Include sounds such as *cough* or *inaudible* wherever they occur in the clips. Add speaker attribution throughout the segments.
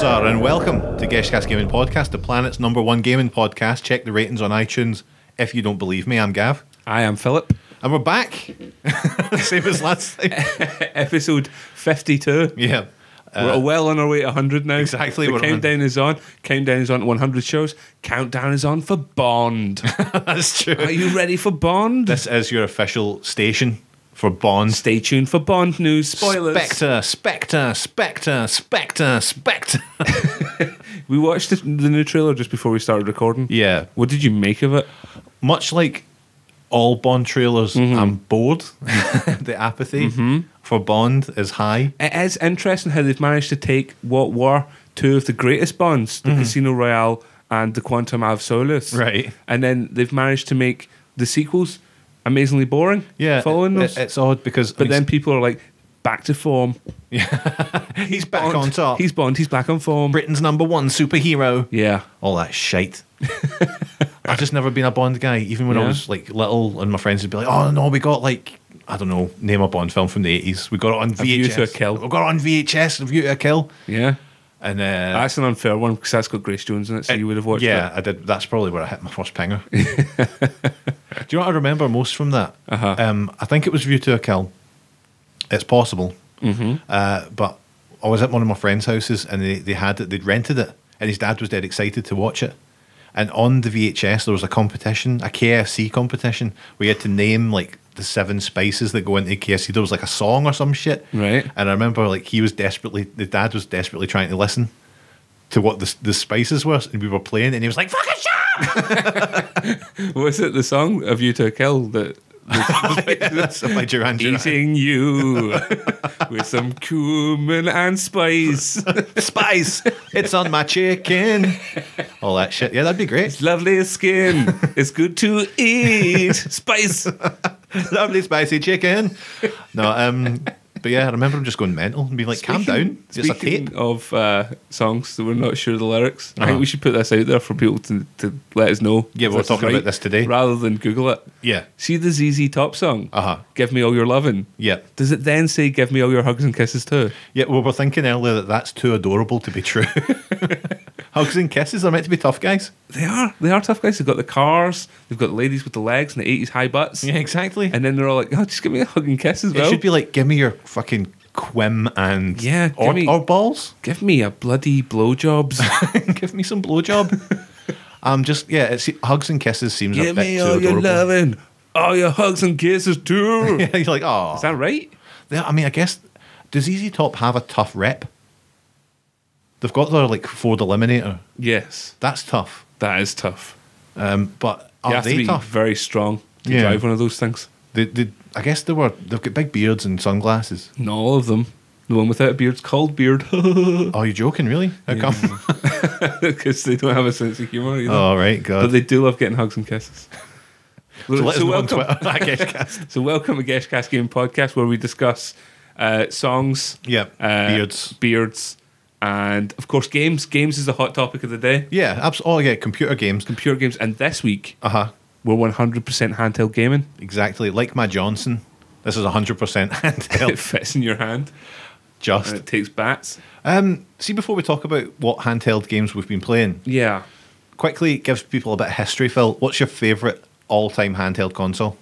Speaker 1: there, and welcome to Geshcast Gaming Podcast, the planet's number one gaming podcast. Check the ratings on iTunes if you don't believe me. I'm Gav,
Speaker 2: I am Philip.
Speaker 1: and we're back. *laughs* Same as last time.
Speaker 2: *laughs* Episode 52.
Speaker 1: Yeah. Uh,
Speaker 2: We're well on our way to 100 now.
Speaker 1: Exactly,
Speaker 2: The
Speaker 1: we're on-
Speaker 2: countdown is on. Countdown is on to 100 shows. Countdown is on
Speaker 1: *laughs*
Speaker 2: for Bond.
Speaker 1: That's true.
Speaker 2: Are you ready for Bond?
Speaker 1: This is your official station for Bond.
Speaker 2: Stay tuned for Bond news. Spoilers.
Speaker 1: Spectre, Spectre, Spectre, Spectre, Spectre. *laughs*
Speaker 2: We watched the, the new trailer just before we started recording.
Speaker 1: Yeah.
Speaker 2: What did you make of it?
Speaker 1: Much like all Bond trailers,
Speaker 2: Mm-hmm.
Speaker 1: I'm bored. *laughs* the apathy for Bond is high.
Speaker 2: It is interesting how they've managed to take what were two of the greatest Bonds, the Casino Royale and the Quantum of Solace.
Speaker 1: Mm-hmm. Right.
Speaker 2: And then they've managed to make the sequels amazingly boring.
Speaker 1: Yeah.
Speaker 2: Following
Speaker 1: it-
Speaker 2: those.
Speaker 1: it- it's odd because.
Speaker 2: But then people are like, back to form.
Speaker 1: he's back on top.
Speaker 2: He's Bond. He's back on form.
Speaker 1: Britain's number one superhero.
Speaker 2: yeah.
Speaker 1: All that
Speaker 2: *laughs*
Speaker 1: shit. I've just never been a Bond guy. Even when I
Speaker 2: Yeah.
Speaker 1: was like little, and my friends would be like, "Oh no, we got like I don't know, name a Bond film from the eighties. We got it on VHS.
Speaker 2: View to a Kill.
Speaker 1: We got it on VHS. A View to a Kill.
Speaker 2: Yeah.
Speaker 1: And uh,
Speaker 2: That's an unfair one because that's got Grace Jones in it, so you would have watched
Speaker 1: yeah,
Speaker 2: it.
Speaker 1: I did. That's probably where I hit my first
Speaker 2: *laughs*
Speaker 1: pinger. Do you know what I remember most from that?
Speaker 2: Uh-huh.
Speaker 1: Um, I think it was View to a Kill. It's possible, mm-hmm. uh, but I was at one of my friends' houses and they, they had it. They'd rented it, and his dad was dead excited to watch it. And on the VHS, there was a competition, a KFC competition, where you had to name like the seven spices that go into KFC. There was like a song or some shit,
Speaker 2: Right.
Speaker 1: And I remember like he was desperately, the dad was desperately trying to listen to what the, the spices were, and we were playing, and he was like, "Fucking shit!"
Speaker 2: *laughs* Was it the song of You to a Kill
Speaker 1: *laughs*
Speaker 2: that. *laughs*
Speaker 1: That's by Duran Duran.
Speaker 2: Eating you
Speaker 1: *laughs*
Speaker 2: with some cumin
Speaker 1: *laughs*
Speaker 2: and spice.
Speaker 1: Spice, it's on my chicken. All that shit. Yeah, that'd be great.
Speaker 2: Lovely skin. It's good to eat. Spice.
Speaker 1: *laughs* Lovely spicy chicken. No, um, but yeah, I remember him just going mental and being like, "Calm down, it's a
Speaker 2: Speaking
Speaker 1: tape."
Speaker 2: of uh, songs that we're not sure of the lyrics, I think we should put this out there for people to, to let us know.
Speaker 1: Uh-huh. Yeah,
Speaker 2: if
Speaker 1: we're
Speaker 2: this is
Speaker 1: talking about this today.
Speaker 2: Rather than Google it.
Speaker 1: Yeah,
Speaker 2: See the ZZ Top song?
Speaker 1: Uh-huh.
Speaker 2: Give me all your lovin'.
Speaker 1: yeah,
Speaker 2: Does it then say give me all your hugs and kisses too?
Speaker 1: yeah. Well, we're thinking earlier that that's too adorable to be true. *laughs* Hugs and kisses are meant to be tough guys.
Speaker 2: They are. They are tough guys. They've got the cars, they've got the ladies with the legs and the 80s high butts.
Speaker 1: exactly.
Speaker 2: And then they're all like, oh, just give me a hug and kiss as
Speaker 1: it
Speaker 2: well.
Speaker 1: should be like, "Give me your fucking quim and
Speaker 2: Yeah,
Speaker 1: or,
Speaker 2: gimme-
Speaker 1: or balls."
Speaker 2: *laughs* Give me a bloody blowjobs.
Speaker 1: give me some *laughs* blowjob. um, just yeah, it's, hugs and kisses seems a
Speaker 2: give
Speaker 1: bit
Speaker 2: me
Speaker 1: too
Speaker 2: all your
Speaker 1: adorable.
Speaker 2: lovin', all your hugs and kisses *laughs* too.
Speaker 1: *laughs* Yeah, you're like, oh,
Speaker 2: Is that right?
Speaker 1: I mean, I guess does Easy Top have a tough rep? They've got their like Ford Eliminator.
Speaker 2: Yes.
Speaker 1: That's tough,
Speaker 2: That is tough.
Speaker 1: um, but
Speaker 2: You
Speaker 1: are
Speaker 2: have to
Speaker 1: they
Speaker 2: be
Speaker 1: tough?
Speaker 2: very strong to
Speaker 1: Yeah.
Speaker 2: drive one of those things.
Speaker 1: They, they, I guess they were. They've got big beards and sunglasses.
Speaker 2: Not all of them. The one without a beard's called Beard *laughs*
Speaker 1: Oh, you're joking, really? How come?
Speaker 2: because they don't have a sense of humour
Speaker 1: *laughs*
Speaker 2: either.
Speaker 1: All right,
Speaker 2: But
Speaker 1: God.
Speaker 2: they do love getting hugs and kisses.
Speaker 1: *laughs* So let us know on
Speaker 2: welcome,
Speaker 1: Twitter. I guess, cast.
Speaker 2: *laughs* so welcome to Gesh Cast Game Podcast, where we discuss uh, songs,
Speaker 1: Yeah,
Speaker 2: uh,
Speaker 1: beards.
Speaker 2: beards, and of course games. Games is the hot topic of the day.
Speaker 1: Yeah, abs- Oh, yeah, computer games.
Speaker 2: Computer games, and this week
Speaker 1: Uh huh.
Speaker 2: we're one hundred percent handheld gaming.
Speaker 1: Exactly. Like my Johnson. This is 100% *laughs*
Speaker 2: It
Speaker 1: handheld.
Speaker 2: fits in your hand
Speaker 1: Just.
Speaker 2: and it takes bats.
Speaker 1: Um, see, before we talk about what handheld games we've been playing,
Speaker 2: Yeah,
Speaker 1: quickly gives people a bit of history, Phil. What's your favourite all time handheld console?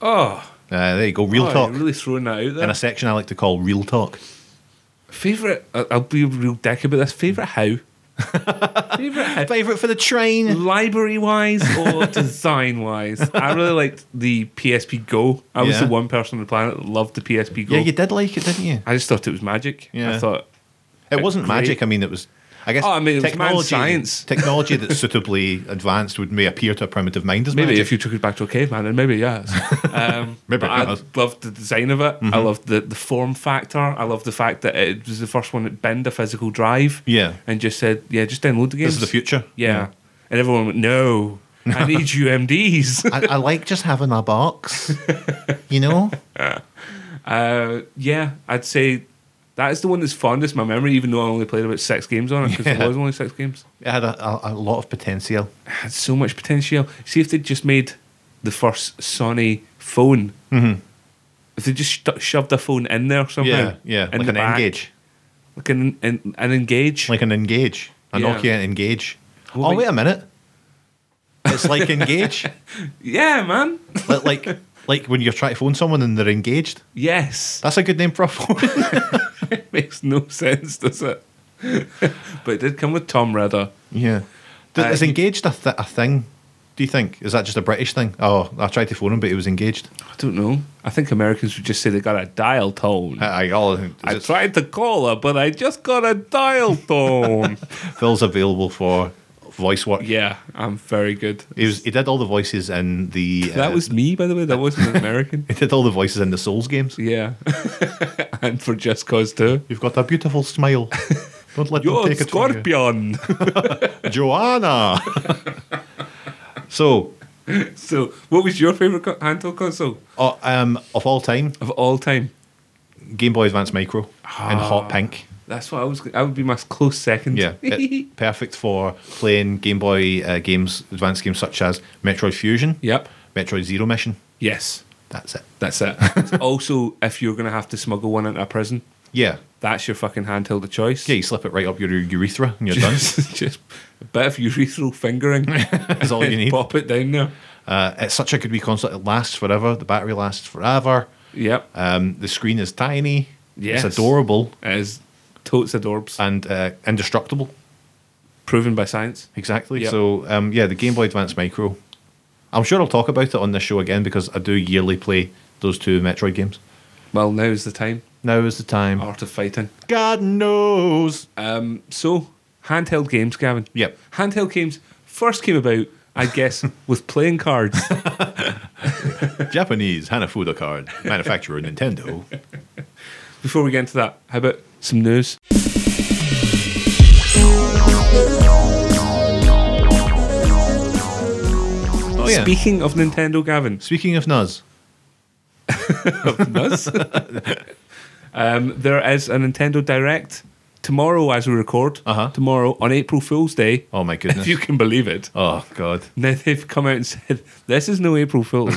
Speaker 2: Oh,
Speaker 1: Uh, there you go, Real
Speaker 2: oh,
Speaker 1: Talk.
Speaker 2: You're really throwing that out
Speaker 1: In
Speaker 2: there.
Speaker 1: a section I like to call Real Talk.
Speaker 2: favorite. I'll be a real dick about this.
Speaker 1: *laughs*
Speaker 2: Favorite how? favorite how?
Speaker 1: Favourite for the train?
Speaker 2: Library wise
Speaker 1: *laughs*
Speaker 2: or design wise? I really liked the PSP Go. I was
Speaker 1: Yeah.
Speaker 2: the one person on the planet that loved the PSP Go.
Speaker 1: Yeah, you did like it, didn't you?
Speaker 2: I just thought it was magic.
Speaker 1: Yeah.
Speaker 2: I thought
Speaker 1: It wasn't
Speaker 2: Great.
Speaker 1: magic, I mean, it was. I guess
Speaker 2: Oh, I mean, it was
Speaker 1: technology,
Speaker 2: man's
Speaker 1: *laughs*
Speaker 2: science.
Speaker 1: technology that's suitably advanced would may appear to a primitive mind as
Speaker 2: maybe
Speaker 1: magic.
Speaker 2: if you took it back to a caveman, then
Speaker 1: *laughs*
Speaker 2: maybe yes. Um,
Speaker 1: Maybe Mm-hmm.
Speaker 2: but
Speaker 1: it
Speaker 2: I
Speaker 1: does.
Speaker 2: loved the design of it. I loved the, the form factor. I loved the fact that it was the first one that bend a physical drive.
Speaker 1: Yeah.
Speaker 2: and just said, yeah, just download the game.
Speaker 1: This is the future.
Speaker 2: Yeah. And everyone went, no,
Speaker 1: *laughs*
Speaker 2: I need UMDs.
Speaker 1: I, I like just having a
Speaker 2: *laughs*
Speaker 1: box, you know?
Speaker 2: uh, yeah, I'd say that is the one that's fondest in my memory, even though I only played about six games on it because
Speaker 1: Yeah.
Speaker 2: there was only six games.
Speaker 1: It had a, a, a lot of potential.
Speaker 2: It had so much potential. See if they just made the first Sony phone. If they just sh- shoved a phone in there somehow.
Speaker 1: Mm-hmm. yeah,
Speaker 2: in
Speaker 1: like
Speaker 2: the
Speaker 1: an
Speaker 2: back,
Speaker 1: engage.
Speaker 2: like an an, an engage.
Speaker 1: like an Engage, a
Speaker 2: Yeah.
Speaker 1: Nokia Engage.
Speaker 2: Well,
Speaker 1: oh
Speaker 2: we-
Speaker 1: wait a minute, it's like
Speaker 2: *laughs*
Speaker 1: Engage,
Speaker 2: yeah, man. *laughs*
Speaker 1: like, like like when you're trying to phone someone and they're engaged.
Speaker 2: Yes,
Speaker 1: That's a good name for a phone. *laughs*
Speaker 2: that *laughs* makes no sense, does it? *laughs* but it did come with Tom Redder.
Speaker 1: yeah, Th-
Speaker 2: Uh,
Speaker 1: is
Speaker 2: he-
Speaker 1: engaged a, th- a thing? Do you think is that just a British thing? Oh, I tried to phone him, but he was engaged.
Speaker 2: I don't know. I think Americans would just say they got a dial tone.
Speaker 1: I, I, all, is
Speaker 2: I
Speaker 1: it-
Speaker 2: tried to call her, but I just got a dial tone. *laughs*
Speaker 1: Phil's available for voice work.
Speaker 2: yeah, I'm very good.
Speaker 1: He, was, he did all the voices in the.
Speaker 2: That
Speaker 1: uh,
Speaker 2: was me, by the way. That wasn't an American.
Speaker 1: He did all the voices in the Souls games.
Speaker 2: Yeah, *laughs* and for Just Cause too.
Speaker 1: You've got a beautiful
Speaker 2: *laughs*
Speaker 1: smile. Don't let them
Speaker 2: You're
Speaker 1: take it from you.
Speaker 2: Scorpion. *laughs*
Speaker 1: Joanna. so,
Speaker 2: so, what was your favorite co- handheld console
Speaker 1: uh, um, of all time,
Speaker 2: of all time?
Speaker 1: Game Boy Advance Micro in
Speaker 2: Ah.
Speaker 1: hot pink.
Speaker 2: That's what I was. That would be my close second. *laughs*
Speaker 1: Yeah, it- perfect for playing Game Boy uh, games, advanced games such as Metroid Fusion,
Speaker 2: yep.
Speaker 1: Metroid Zero Mission.
Speaker 2: Yes.
Speaker 1: That's it.
Speaker 2: That's it.
Speaker 1: *laughs*
Speaker 2: also, if you're gonna have to smuggle one into a prison,
Speaker 1: Yeah,
Speaker 2: that's your fucking handheld of choice.
Speaker 1: yeah. You slip it right up your urethra and you're
Speaker 2: *laughs*
Speaker 1: done.
Speaker 2: just, just a bit of urethral
Speaker 1: *laughs*
Speaker 2: fingering.
Speaker 1: That's all you
Speaker 2: *laughs*
Speaker 1: need.
Speaker 2: Pop it down there.
Speaker 1: Uh, it's such a good wee console. It lasts forever. The battery lasts forever.
Speaker 2: Yep.
Speaker 1: Um, the screen is tiny.
Speaker 2: Yes.
Speaker 1: It's adorable
Speaker 2: It is totes adorbs.
Speaker 1: and uh, indestructible.
Speaker 2: proven by science.
Speaker 1: Exactly.
Speaker 2: Yep.
Speaker 1: So, um, yeah, the Game Boy Advance Micro. I'm sure I'll talk about it on this show again because I do yearly play those two Metroid games.
Speaker 2: Well, now is the time.
Speaker 1: Now is the time.
Speaker 2: Art of fighting.
Speaker 1: God knows.
Speaker 2: Um, so, handheld games, Gavin.
Speaker 1: Yep.
Speaker 2: Handheld games first came about, I
Speaker 1: *laughs*
Speaker 2: guess, with playing cards.
Speaker 1: Japanese Hanafuda card, manufacturer
Speaker 2: *laughs*
Speaker 1: Nintendo.
Speaker 2: Before we get into that, how about some news?
Speaker 1: Oh, yeah.
Speaker 2: Speaking of Nintendo, Gavin,
Speaker 1: Speaking of NUS,
Speaker 2: us, *laughs* um, there is a Nintendo Direct tomorrow as we record.
Speaker 1: Uh-huh.
Speaker 2: Tomorrow on April Fool's Day.
Speaker 1: oh my
Speaker 2: If
Speaker 1: goodness.
Speaker 2: you can believe it.
Speaker 1: oh, God.
Speaker 2: Now they've come out and said, this is no April
Speaker 1: *laughs*
Speaker 2: Fool's.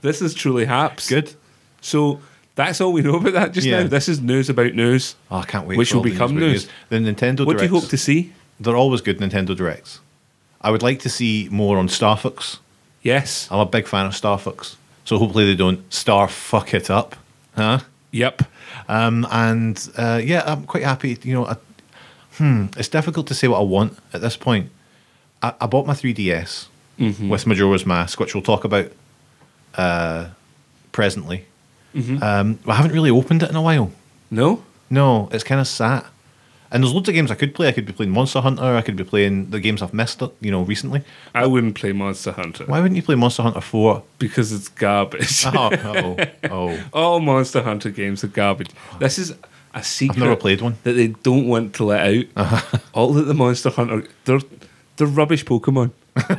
Speaker 2: this is truly haps.
Speaker 1: Good.
Speaker 2: So that's all we know about that just
Speaker 1: Yeah.
Speaker 2: now. This is news about news.
Speaker 1: Oh, I can't wait.
Speaker 2: Which
Speaker 1: for all
Speaker 2: will
Speaker 1: the
Speaker 2: become
Speaker 1: about
Speaker 2: news.
Speaker 1: The Nintendo
Speaker 2: What do you
Speaker 1: Directs.
Speaker 2: hope to see?
Speaker 1: They're always good Nintendo Directs. I would like to see more on Star Fox.
Speaker 2: Yes.
Speaker 1: I'm a big fan of Star Fox, so hopefully they don't star fuck it up, huh?
Speaker 2: Yep.
Speaker 1: Um, and uh, yeah, I'm quite happy. You know, I, hmm, it's difficult to say what I want at this point. I, I bought my 3DS with Majora's Mask, which we'll talk about uh, presently. Um, I haven't really opened it in a while.
Speaker 2: No?
Speaker 1: No, it's kind of sat. And there's loads of games I could play. I could be playing Monster Hunter. I could be playing the games I've missed, you know, recently.
Speaker 2: I wouldn't play Monster Hunter
Speaker 1: Why wouldn't you play Monster Hunter 4?
Speaker 2: because it's garbage.
Speaker 1: Oh, oh, oh.
Speaker 2: *laughs* All Monster Hunter games are garbage. This is a secret
Speaker 1: Uh-huh. never played one. Uh-huh.
Speaker 2: that they don't want to let out. *laughs* All that the Monster Hunter they're they're rubbish Pokemon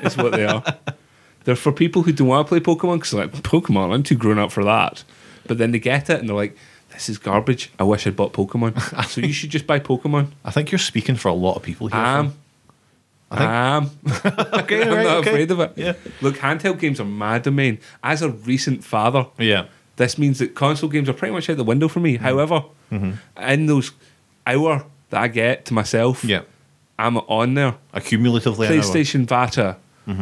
Speaker 2: is what they
Speaker 1: *laughs*
Speaker 2: are. They're for people who don't want to play Pokemon because like Pokemon, I'm too grown up for that. But then they get it and they're like, "This is garbage. I wish I'd bought
Speaker 1: *laughs*
Speaker 2: Pokemon." so you should just buy Pokemon.
Speaker 1: I think you're speaking for a lot of people here.
Speaker 2: Um,
Speaker 1: I think- *laughs*
Speaker 2: um,
Speaker 1: okay,
Speaker 2: I'm
Speaker 1: right,
Speaker 2: not
Speaker 1: okay.
Speaker 2: afraid of it.
Speaker 1: Yeah.
Speaker 2: Look, handheld games are my domain. As a recent father,
Speaker 1: Yeah.
Speaker 2: this means that console games are pretty much out the window for
Speaker 1: Mm-hmm.
Speaker 2: me. However, in those hour that I get to myself,
Speaker 1: Yeah.
Speaker 2: I'm on there.
Speaker 1: Accumulatively, an hour.
Speaker 2: PlayStation Vata,
Speaker 1: Mm-hmm.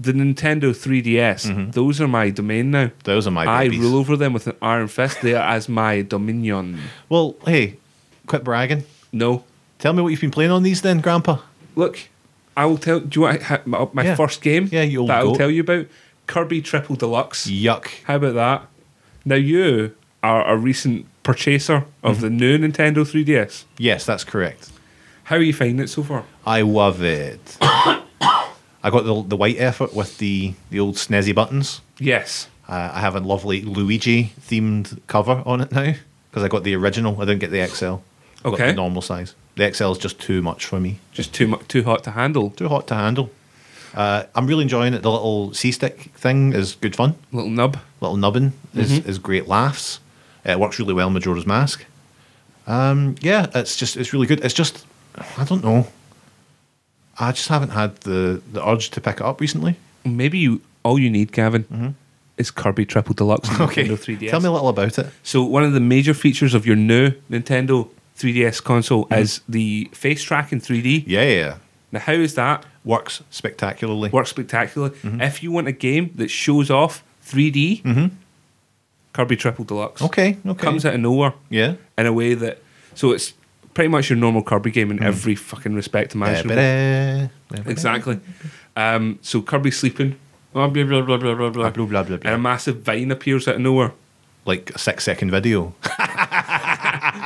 Speaker 2: the Nintendo 3DS, those are my domain now.
Speaker 1: Those are Mm-hmm. my
Speaker 2: I
Speaker 1: babies.
Speaker 2: rule over them with an iron fist. They are as my dominion.
Speaker 1: Well, hey, quit bragging.
Speaker 2: No,
Speaker 1: Tell me what you've been playing on these then, Grandpa.
Speaker 2: look, I will tell. Do you want ha- my, my
Speaker 1: Yeah.
Speaker 2: first game?
Speaker 1: Yeah, you old
Speaker 2: that I will
Speaker 1: goat.
Speaker 2: tell you about Kirby Triple Deluxe.
Speaker 1: Yuck.
Speaker 2: How about that? Now you are a recent purchaser of
Speaker 1: Mm-hmm.
Speaker 2: the new Nintendo 3DS.
Speaker 1: Yes, that's correct.
Speaker 2: How are you finding it so far?
Speaker 1: I love it. *coughs* I got the, the white effort with the, the old snazzy buttons.
Speaker 2: Yes.
Speaker 1: Uh, I have a lovely Luigi themed cover on it now because I got the original. I didn't get the XL. I got
Speaker 2: Okay.
Speaker 1: the normal size. The XL is just too much for me.
Speaker 2: Just too much, too hot to handle.
Speaker 1: Too hot to handle. Uh, I'm really enjoying it. The little C stick thing is good fun.
Speaker 2: Little nub.
Speaker 1: Little nubbin is,
Speaker 2: Mm-hmm.
Speaker 1: is great laughs. It works really well in Majora's Mask. Um, yeah, it's just it's really good. It's just I don't know. I just haven't had the, the urge to pick it up recently.
Speaker 2: *laughs* Maybe you all you need, Gavin,
Speaker 1: Mm-hmm.
Speaker 2: is
Speaker 1: *laughs*
Speaker 2: Kirby Triple Deluxe on Nintendo 3DS.
Speaker 1: tell me a little about it.
Speaker 2: So one of the major features of your new Nintendo 3DS console
Speaker 1: Mm-hmm.
Speaker 2: is the face tracking 3D.
Speaker 1: Yeah, yeah, yeah.
Speaker 2: Now, how is that?
Speaker 1: Works spectacularly.
Speaker 2: Works spectacularly. If you want a game that shows off 3D, Kirby Triple Deluxe
Speaker 1: Okay, okay.
Speaker 2: comes out of nowhere
Speaker 1: yeah.
Speaker 2: in a way that so it's pretty much your normal Kirby game in every fucking respect imaginable.
Speaker 1: uh, Ba-ba-da,
Speaker 2: Exactly. Um, so Kirby sleeping. Blah, blah, blah, blah, blah, blah, blah.
Speaker 1: blah, blah, blah, blah.
Speaker 2: And a massive vine appears out of nowhere.
Speaker 1: Like a six second video.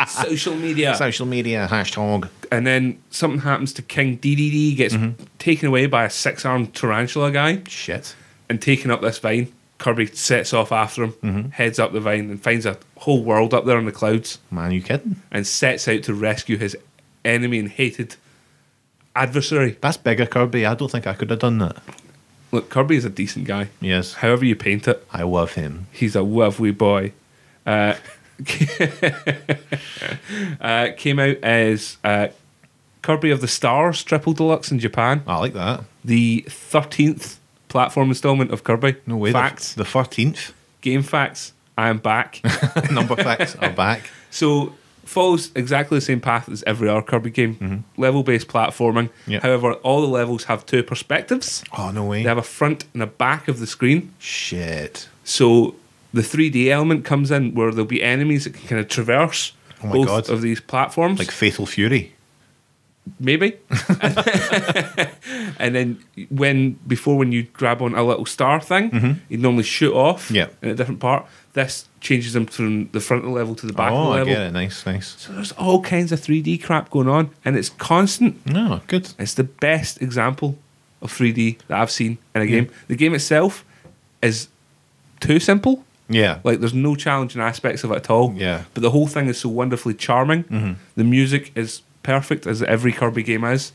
Speaker 2: Social media.
Speaker 1: Social media hashtag.
Speaker 2: and then something happens to King DDD, gets taken away by a six armed tarantula guy
Speaker 1: Shit.
Speaker 2: and taken up this vine. Kirby sets off after him,
Speaker 1: Mm-hmm.
Speaker 2: heads up the vine, and finds a whole world up there in the clouds
Speaker 1: Man, you kidding?
Speaker 2: and sets out to rescue his enemy and hated adversary.
Speaker 1: That's bigger Kirby. I don't think I could have done that.
Speaker 2: Look, Kirby is a decent guy.
Speaker 1: Yes.
Speaker 2: However, you paint it,
Speaker 1: I love him.
Speaker 2: he's a lovely boy. Uh, *laughs* uh, came out as uh, Kirby of the Stars Triple Deluxe in Japan,
Speaker 1: I like that.
Speaker 2: the 13th platform installment of Kirby.
Speaker 1: No way. the-
Speaker 2: Facts,
Speaker 1: The
Speaker 2: *laughs*
Speaker 1: thirteenth
Speaker 2: game facts, I am back.
Speaker 1: number facts are back.
Speaker 2: so, follows exactly the same path as every other Kirby game
Speaker 1: Mm-hmm.
Speaker 2: level based platforming.
Speaker 1: Yep.
Speaker 2: However, all the levels have two perspectives.
Speaker 1: Oh no way.
Speaker 2: They have a front and a back of the screen.
Speaker 1: Shit.
Speaker 2: So the 3D element comes in where there'll be enemies that can kind of traverse
Speaker 1: Oh my
Speaker 2: both
Speaker 1: God.
Speaker 2: of these platforms.
Speaker 1: Like Fatal Fury. *laughs*
Speaker 2: *laughs* maybe. *laughs* and then when before when you grab on a little star thing, you normally shoot off
Speaker 1: Mm-hmm. Yeah.
Speaker 2: in a different part. This changes them from the front of the level to the back of the
Speaker 1: oh, I
Speaker 2: level.
Speaker 1: get it. Nice, nice.
Speaker 2: So there's all kinds of 3D crap going on and it's constant.
Speaker 1: No, good.
Speaker 2: It's the best example of 3D that I've seen in a game. The game itself is too simple.
Speaker 1: Yeah.
Speaker 2: Like there's no challenging aspects of it at all.
Speaker 1: Yeah. Mm-hmm.
Speaker 2: But the whole thing is so wonderfully charming. The music is perfect as every Kirby game is.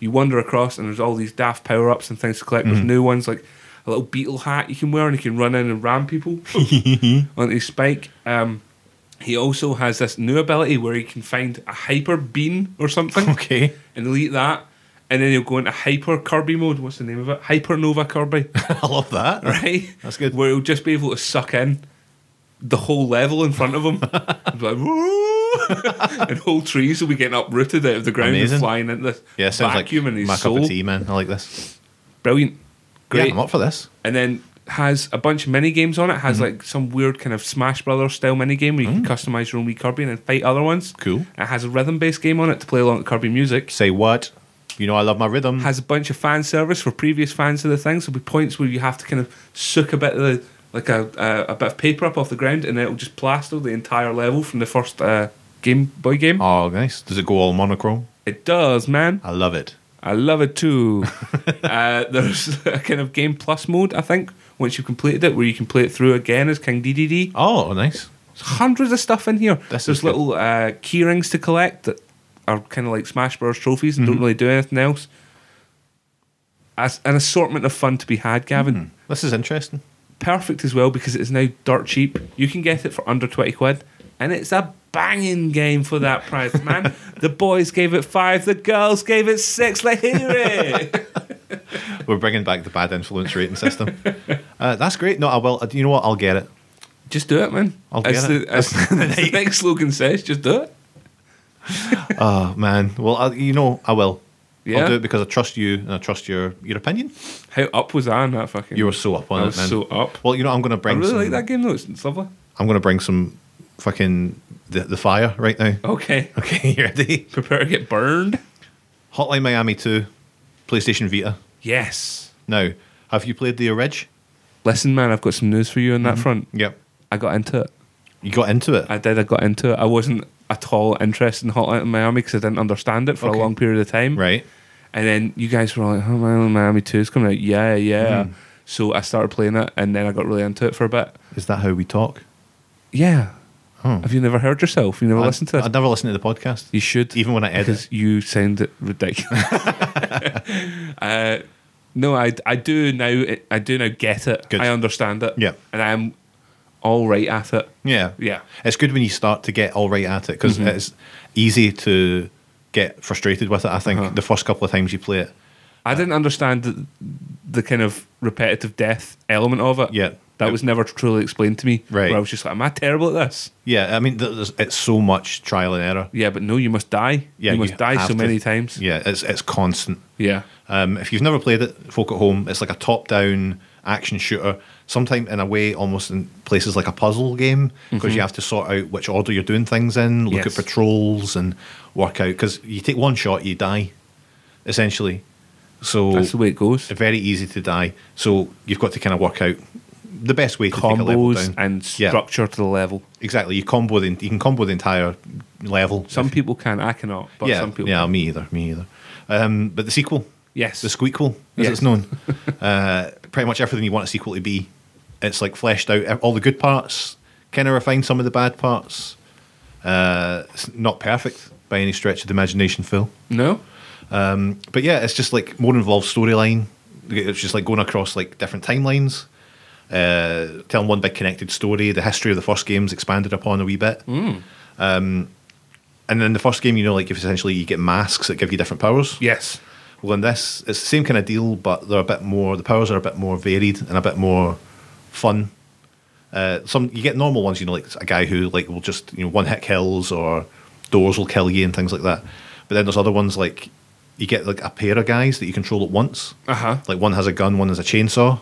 Speaker 2: You wander across and there's all these daft power ups and things to collect.
Speaker 1: Mm-hmm.
Speaker 2: There's new ones like a little beetle hat you can wear and you can run in and
Speaker 1: *laughs*
Speaker 2: ram people on his spike. Um, he also has this new ability where he can find a hyper bean or something
Speaker 1: *laughs* okay.
Speaker 2: and delete that. And then he'll go into hyper Kirby mode. What's the name of it? Hypernova Kirby
Speaker 1: I love that.
Speaker 2: *laughs* right?
Speaker 1: That's good.
Speaker 2: Where he'll just be able to suck in the whole level in front
Speaker 1: *laughs*
Speaker 2: of him. He'll be like, "Woo!" *laughs* and whole trees will be getting uprooted out of the ground
Speaker 1: Amazing.
Speaker 2: and flying into this
Speaker 1: Yeah, sounds
Speaker 2: vacuum
Speaker 1: like
Speaker 2: in his
Speaker 1: my
Speaker 2: soul.
Speaker 1: cup of tea, man. I like this.
Speaker 2: Brilliant. Great.
Speaker 1: Yeah, I'm up Mm-hmm. for this.
Speaker 2: and then has a bunch of mini games on it. Has like some weird kind of Smash Brothers style mini game where you can customize your own wee Kirby and then fight other ones.
Speaker 1: Mm. Cool.
Speaker 2: It has a rhythm based game on it to play along with Kirby music.
Speaker 1: Say what? You know I love my rhythm.
Speaker 2: has a bunch of fan service for previous fans of the thing. So there'll be points where you have to kind of soak a bit of the like a a, a bit of paper up off the ground, and then it'll just plaster the entire level from the first uh, Game Boy game.
Speaker 1: oh, nice. Does it go all monochrome?
Speaker 2: It does, man.
Speaker 1: I love it.
Speaker 2: I love it too. uh, there's *laughs* a kind of game plus mode, I think. Once you've completed it, where you can play it through again as King DDD.
Speaker 1: Oh, nice.
Speaker 2: There's hundreds of stuff in here.
Speaker 1: This is
Speaker 2: There's
Speaker 1: good.
Speaker 2: little uh, key rings to collect that are kind of like Smash Bros. trophies and
Speaker 1: Mm-hmm.
Speaker 2: don't really do anything else. As an assortment of fun to be had, Gavin.
Speaker 1: This is interesting.
Speaker 2: Perfect as well because it is now dirt cheap. You can get it for under 20 quid, and it's a banging game for that price,
Speaker 1: *laughs*
Speaker 2: man. the boys gave it five, the girls gave it six. Let's hear it.
Speaker 1: *laughs* We're bringing back the bad influence rating
Speaker 2: *laughs*
Speaker 1: system. Uh, that's great. No, I will. You know what? I'll get it.
Speaker 2: just do it, man.
Speaker 1: I'll
Speaker 2: as
Speaker 1: get
Speaker 2: the,
Speaker 1: it. *laughs*
Speaker 2: As the next slogan says, just do it.
Speaker 1: Oh man. Well, I, you know I will.
Speaker 2: Yeah.
Speaker 1: I'll do it because I trust you and I trust your your opinion.
Speaker 2: How up was I on that fucking?
Speaker 1: You were so up on
Speaker 2: I
Speaker 1: it,
Speaker 2: was
Speaker 1: man.
Speaker 2: so up.
Speaker 1: Well, you know I'm going to
Speaker 2: I
Speaker 1: bring.
Speaker 2: really
Speaker 1: some,
Speaker 2: like that game though. It's, it's lovely.
Speaker 1: I'm going to bring some fucking the, the fire right now. *laughs*
Speaker 2: Oh. Okay.
Speaker 1: Okay, you ready?
Speaker 2: Prepare to get burned.
Speaker 1: Hotline Miami 2, PlayStation Vita.
Speaker 2: Yes.
Speaker 1: Now, have you played the Ridge?
Speaker 2: Listen, man, I've got some news for you on that
Speaker 1: Mm-hmm.
Speaker 2: front.
Speaker 1: Yep.
Speaker 2: I got into it.
Speaker 1: You got into it.
Speaker 2: I did. I got into it. I wasn't at all interested in Hotline Miami because I didn't understand it for
Speaker 1: Okay.
Speaker 2: a long period of time.
Speaker 1: right.
Speaker 2: And then you guys were like, "Oh, Hotline Miami Two is coming out." Yeah, yeah.
Speaker 1: Mm-hmm.
Speaker 2: So I started playing it, and then I got really into it for a bit.
Speaker 1: Is that how we talk?
Speaker 2: Yeah.
Speaker 1: Oh.
Speaker 2: Have you never heard yourself? You never listened to
Speaker 1: I,
Speaker 2: this?
Speaker 1: I'd never listened to the podcast.
Speaker 2: you should.
Speaker 1: Even when I edit.
Speaker 2: because you sound ridiculous. *laughs* uh, no, I, I do now. I do now get it.
Speaker 1: Good.
Speaker 2: I understand it.
Speaker 1: Yeah.
Speaker 2: and I'm all right at it.
Speaker 1: Yeah.
Speaker 2: Yeah.
Speaker 1: It's good when you start to get all right at it
Speaker 2: Mm-hmm.
Speaker 1: because it's easy to get frustrated with it, I think,
Speaker 2: Uh-huh.
Speaker 1: the first couple of times you play it.
Speaker 2: I didn't understand the, the kind of repetitive death element of it.
Speaker 1: Yeah.
Speaker 2: That was never truly explained to me.
Speaker 1: Right.
Speaker 2: Where I was just like, am I terrible at this?
Speaker 1: Yeah, I mean, th- there's, it's so much trial and error.
Speaker 2: Yeah, but no, you must die.
Speaker 1: Yeah,
Speaker 2: you must die
Speaker 1: have
Speaker 2: so
Speaker 1: to-
Speaker 2: many times.
Speaker 1: Yeah, it's it's constant.
Speaker 2: Yeah.
Speaker 1: Um, if you've never played it, folk at home, it's like a top-down action shooter. Sometimes in a way, almost in places like a puzzle game, because you have to sort out which order you're doing things in, look
Speaker 2: Mm-hmm. Yes.
Speaker 1: at patrols, and work out. Because you take one shot, you die, essentially. So
Speaker 2: That's the way it goes.
Speaker 1: very easy to die. So you've got to kind of work out the best way to take a level
Speaker 2: Combos
Speaker 1: down.
Speaker 2: and
Speaker 1: Yeah.
Speaker 2: structure to the level.
Speaker 1: exactly, you combo the you can combo the entire level.
Speaker 2: Some people can, I cannot, but
Speaker 1: yeah,
Speaker 2: some people.
Speaker 1: yeah, me either, me either. Um, but the sequel,
Speaker 2: Yes.
Speaker 1: the Squeakquel, as
Speaker 2: Yes.
Speaker 1: it's
Speaker 2: *laughs*
Speaker 1: known. uh, pretty much everything you want a sequel to be. It's like fleshed out ev- all the good parts, kind of refined some of the bad parts. Uh, it's not perfect by any stretch of the imagination, Phil.
Speaker 2: No?
Speaker 1: But yeah, it's just like more involved storyline. It's just like going across like different timelines, uh, telling one big connected story. The history of the first game's expanded upon a wee bit. Um, and then the first game, you know, like if essentially you get masks that give you different powers.
Speaker 2: Yes.
Speaker 1: Well, in this, it's the same kind of deal, but they're a bit more. The powers are a bit more varied and a bit more fun. Uh, some you get normal ones, you know, like a guy who like will just you know one hit kills or doors will kill you and things like that. But then there's other ones like you get like a pair of guys that you control at once.
Speaker 2: Uh-huh.
Speaker 1: Like one has a gun, one has a chainsaw,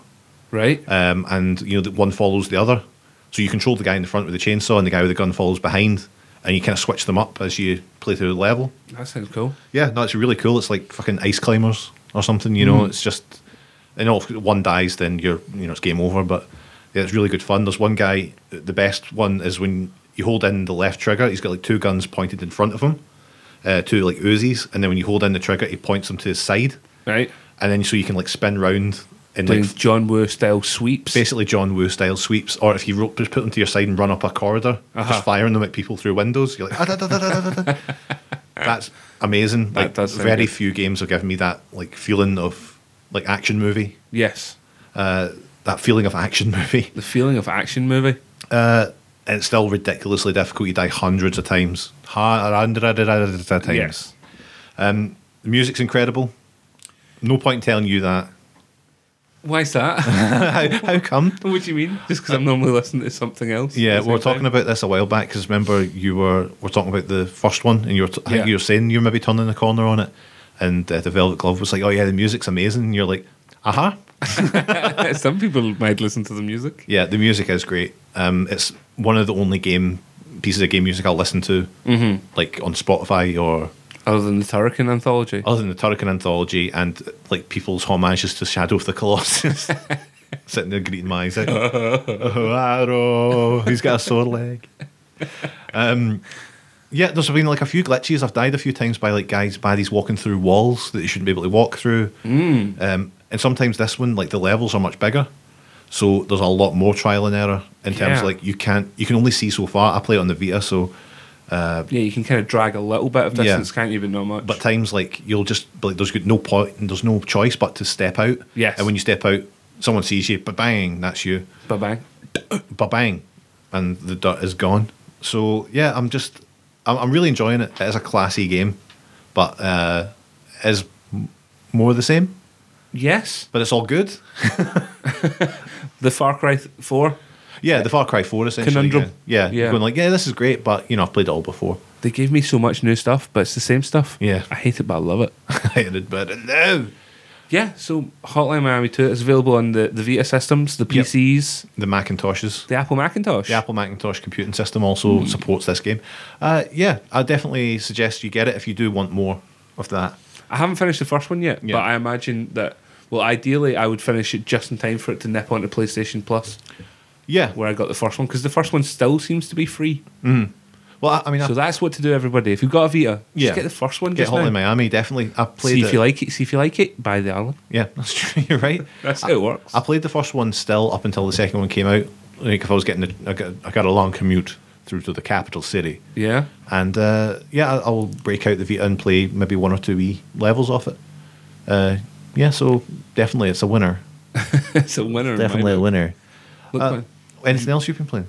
Speaker 2: Right?
Speaker 1: um, and you know that one follows the other. So you control the guy in the front with the chainsaw, and the guy with the gun follows behind, and you kind of switch them up as you play through the level.
Speaker 2: that sounds cool.
Speaker 1: Yeah, no, it's really cool. It's like fucking ice climbers or something. You know, it's just you know if one dies, then you're you know it's game over. But yeah, it's really good fun. There's one guy. The best one is when you hold in the left trigger. He's got like two guns pointed in front of him, uh, two like Uzis, and then when you hold in the trigger, he points them to his side,
Speaker 2: Right?
Speaker 1: and then so you can like spin round and
Speaker 2: Doing
Speaker 1: like
Speaker 2: John Woo style sweeps.
Speaker 1: basically John Woo style sweeps, or if you ro- just put them to your side and run up a corridor,
Speaker 2: Uh-huh.
Speaker 1: just firing them at people through windows. You're like, "Ah, da, da, da, da, da,
Speaker 2: *laughs*
Speaker 1: da, da." that's amazing.
Speaker 2: That
Speaker 1: Like,
Speaker 2: does sound
Speaker 1: very
Speaker 2: good.
Speaker 1: few games have given me that like feeling of like action movie,
Speaker 2: Yes.
Speaker 1: that feeling of action *laughs* movie.
Speaker 2: The feeling of action movie.
Speaker 1: And it's still ridiculously difficult. You die hundreds of times, hundreds of times. Um,
Speaker 2: Yes.
Speaker 1: The music's incredible. No point in telling you that. *laughs*
Speaker 2: Why's that?
Speaker 1: how, how come?
Speaker 2: what do you mean? Just because I'm normally listening to something else.
Speaker 1: Yeah,
Speaker 2: at the
Speaker 1: we were
Speaker 2: same time?
Speaker 1: talking about this a while back because remember you were we were talking about the first one and you were t- I think
Speaker 2: Yeah.
Speaker 1: you were saying you're maybe turning the corner on it, and uh, the Velvet Glove was like, "Oh yeah, the music's amazing," and you're like, "Aha,
Speaker 2: *laughs* Some people might listen to the music.
Speaker 1: yeah, the music is great. Um, it's one of the only game pieces of game music I'll listen to, like on Spotify or
Speaker 2: Other than the Turrican anthology.
Speaker 1: other than the Turrican anthology and like people's homages to Shadow of the Colossus." Sitting there greeting my eyes out. oh, Arrow, he's got a sore leg. Um, yeah, there's been like a few glitches. I've died a few times by like guys, baddies walking through walls that you shouldn't be able to walk through. Um, and sometimes this one, like the levels are much bigger. So there's a lot more trial and error in terms
Speaker 2: Yeah.
Speaker 1: of like you can't, you can only see so far. I play it on the Vita, so
Speaker 2: yeah, you can kind of drag a little bit of
Speaker 1: Yeah.
Speaker 2: distance, can't you? But not much.
Speaker 1: But times like you'll just like there's good no point and there's no choice but to step out.
Speaker 2: Yes.
Speaker 1: And when you step out, someone sees you, but bang, that's you,
Speaker 2: Ba bang.
Speaker 1: but bang, and the dirt is gone. So yeah, I'm just I'm, I'm really enjoying it. It is a classy game, but uh, it is m- more of the same.
Speaker 2: Yes.
Speaker 1: But it's all good.
Speaker 2: The Far Cry th- 4,
Speaker 1: Yeah, the Far Cry Four essentially.
Speaker 2: Conundrum.
Speaker 1: Yeah. yeah.
Speaker 2: Yeah.
Speaker 1: Going like, yeah, this is great, but you know I've played it all before. *laughs*
Speaker 2: they gave me so much new stuff, but it's the same stuff.
Speaker 1: Yeah.
Speaker 2: I hate it, but I love it.
Speaker 1: I did, but no,
Speaker 2: yeah, so Hotline Miami 2 is available on the, the Vita systems, the
Speaker 1: Yep.
Speaker 2: PCs,
Speaker 1: the Macintoshes.
Speaker 2: the Apple Macintosh.
Speaker 1: The Apple Macintosh computing system
Speaker 2: Hmm.
Speaker 1: also supports this game. Uh, yeah, I definitely suggest you get it if you do want more of that.
Speaker 2: I haven't finished the first one yet,
Speaker 1: Yeah.
Speaker 2: but I imagine that, well, ideally, I would finish it just in time for it to nip onto PlayStation Plus,
Speaker 1: Yeah,
Speaker 2: where I got the first one, because the first one still seems to be free.
Speaker 1: well, I, I mean, I
Speaker 2: So that's what to do, everybody. If you've got a Vita, just
Speaker 1: Yeah.
Speaker 2: get the first one.
Speaker 1: get
Speaker 2: just
Speaker 1: Hotline
Speaker 2: now.
Speaker 1: Miami. Definitely, I played.
Speaker 2: See if
Speaker 1: it.
Speaker 2: you like it. See if you like it. Buy the island.
Speaker 1: Yeah, *laughs* that's true. You're right.
Speaker 2: *laughs* That's
Speaker 1: I,
Speaker 2: how it works.
Speaker 1: I played the first one still up until the second one came out. Like if I was getting, a, I, got, I got a long commute through to the capital city,
Speaker 2: Yeah. *laughs*
Speaker 1: and uh, yeah, I, I will break out the Vita and play maybe one or two wee levels off it. Uh, yeah, so definitely it's a winner.
Speaker 2: it's a winner. in my
Speaker 1: Definitely a
Speaker 2: book.
Speaker 1: winner.
Speaker 2: Look,
Speaker 1: Uh,
Speaker 2: man,
Speaker 1: anything else you've been playing?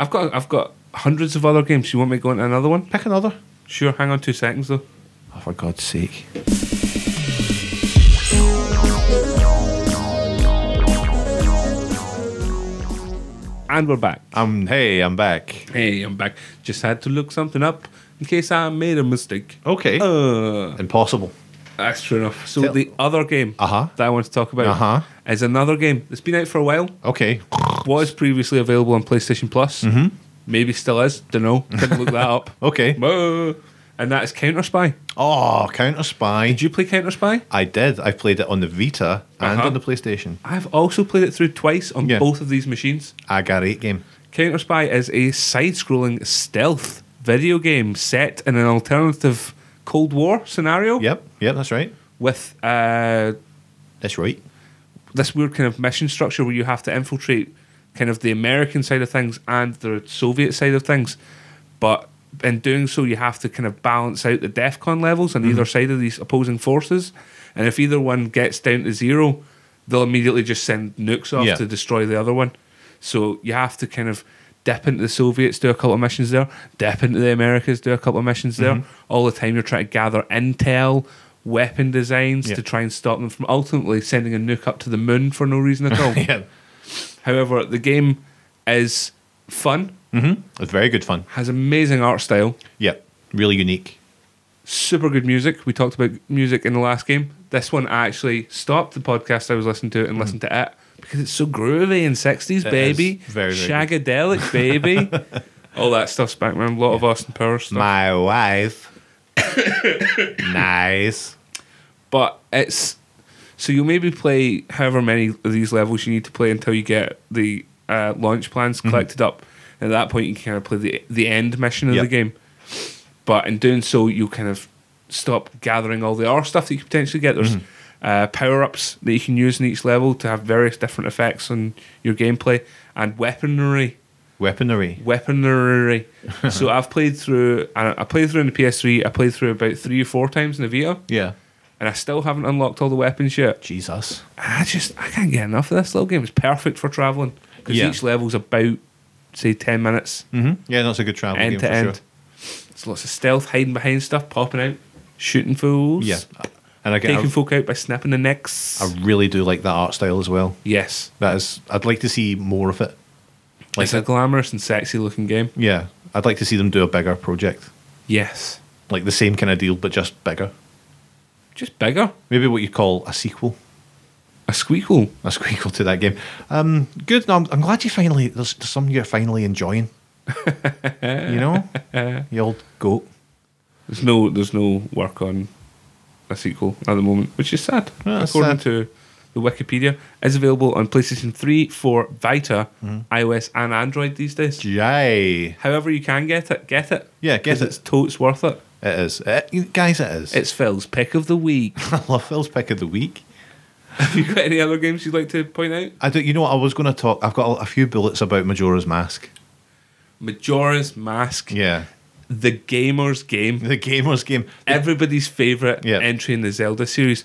Speaker 2: I've got I've got hundreds of other games. You want me to go into another one?
Speaker 1: Pick another.
Speaker 2: Sure. Hang on two seconds though.
Speaker 1: Oh, for God's sake.
Speaker 2: And we're back.
Speaker 1: Um, hey, I'm back.
Speaker 2: Hey, I'm back. Just had to look something up in case I made a mistake.
Speaker 1: Okay.
Speaker 2: Uh,
Speaker 1: Impossible.
Speaker 2: that's true enough. So
Speaker 1: Tell-
Speaker 2: the other game
Speaker 1: Uh-huh.
Speaker 2: that I want to talk about
Speaker 1: Uh-huh.
Speaker 2: is another game that's been out for a while.
Speaker 1: Okay.
Speaker 2: Was previously available on PlayStation Plus. Mm-hmm. Maybe still is.
Speaker 1: *laughs*
Speaker 2: Don't know. Couldn't look that up.
Speaker 1: Okay.
Speaker 2: Buh. And that is Counter Spy.
Speaker 1: Oh, Counter Spy.
Speaker 2: Did you play Counter Spy?
Speaker 1: I did. I played it on the Vita and
Speaker 2: Uh-huh.
Speaker 1: on the PlayStation.
Speaker 2: I've also played it through twice on
Speaker 1: Yeah.
Speaker 2: both of these machines.
Speaker 1: Agar 8 game.
Speaker 2: Counter Spy is a side scrolling stealth video game set in an alternative Cold War scenario
Speaker 1: Yep. Yep, that's right.
Speaker 2: with uh,
Speaker 1: That's right.
Speaker 2: this weird kind of mission structure where you have to infiltrate kind of the American side of things and the Soviet side of things. But in doing so, you have to kind of balance out the DEFCON levels
Speaker 1: Mm-hmm.
Speaker 2: on either side of these opposing forces. And if either one gets down to zero, they'll immediately just send nukes off
Speaker 1: Yeah.
Speaker 2: to destroy the other one. So you have to kind of dip into the Soviets, do a couple of missions there, dip into the Americas, do a couple of missions there.
Speaker 1: Mm-hmm.
Speaker 2: All the time you're trying to gather intel, weapon designs
Speaker 1: Yeah.
Speaker 2: to try and stop them from ultimately sending a nuke up to the moon for no reason at all.
Speaker 1: *laughs* yeah.
Speaker 2: However, the game is fun,
Speaker 1: Mm-hmm. It's very good fun.
Speaker 2: has amazing art style,
Speaker 1: Yep. Really unique.
Speaker 2: super good music. We talked about music in the last game. This one I actually stopped the podcast I was listening to and listened to it because it's so groovy in sixties,
Speaker 1: Hmm. It
Speaker 2: baby.
Speaker 1: is very, very *laughs*
Speaker 2: Shagadelic, baby. All that stuff's back, man. A lot of Austin Powers stuff.
Speaker 1: My wife. *coughs* nice.
Speaker 2: but it's so you maybe play however many of these levels you need to play until you get the uh, launch plans collected up. At that point, you can kind of play the the end mission of
Speaker 1: Yep.
Speaker 2: the game. But in doing so, you kind of stop gathering all the R stuff that you could potentially get. There's uh, power ups that you can use in each level to have various different effects on your gameplay and weaponry
Speaker 1: Weaponry.
Speaker 2: weaponry. so I've played through. I I played through on the PS3. I played through about three or four times in the Vita,
Speaker 1: Yeah.
Speaker 2: and I still haven't unlocked all the weapons yet.
Speaker 1: Jesus.
Speaker 2: I just I can't get enough of this little game. It's perfect for traveling because
Speaker 1: Yeah.
Speaker 2: each level's about say ten minutes
Speaker 1: Mm-hmm. Yeah, that's a good travel
Speaker 2: end
Speaker 1: game
Speaker 2: to
Speaker 1: for
Speaker 2: end.
Speaker 1: sure.
Speaker 2: There's lots of stealth, hiding behind stuff, popping out, shooting fools,
Speaker 1: Yeah. And again,
Speaker 2: taking
Speaker 1: I,
Speaker 2: folk out by snapping the necks.
Speaker 1: I really do like that art style as well.
Speaker 2: yes,
Speaker 1: That is, I'd like to see more of it. Like
Speaker 2: it's a glamorous and sexy looking game.
Speaker 1: Yeah, I'd like to see them do a bigger project,
Speaker 2: Yes,
Speaker 1: like the same kind of deal, but just bigger.
Speaker 2: just bigger.
Speaker 1: Maybe what you call a sequel,
Speaker 2: A squeakle.
Speaker 1: a *laughs* sequel to that game. Um, good. No, I'm, I'm glad you finally there's, there's something you're finally enjoying. you know, you old goat.
Speaker 2: There's no there's no work on a sequel at the moment, which is sad.
Speaker 1: Yeah, that's
Speaker 2: According
Speaker 1: sad.
Speaker 2: to the Wikipedia, it's available on PlayStation 3, 4, Vita,
Speaker 1: Mm-hmm.
Speaker 2: iOS, and Android these days.
Speaker 1: Yay!
Speaker 2: However, you can get it, get it.
Speaker 1: Yeah, get
Speaker 2: 'Cause
Speaker 1: it.
Speaker 2: It's totes worth it.
Speaker 1: It is, it, you- guys. It is.
Speaker 2: It's Phil's pick of the week.
Speaker 1: *laughs*
Speaker 2: *laughs*
Speaker 1: I love Phil's pick of the week.
Speaker 2: Have you got any other games you'd like to point out?
Speaker 1: I do. You know what? I was going to talk. I've got a, a few bullets about Majora's Mask.
Speaker 2: Majora's Mask,
Speaker 1: Yeah,
Speaker 2: the gamer's game,
Speaker 1: the gamers game.
Speaker 2: everybody's favorite
Speaker 1: Yeah.
Speaker 2: entry in the Zelda series,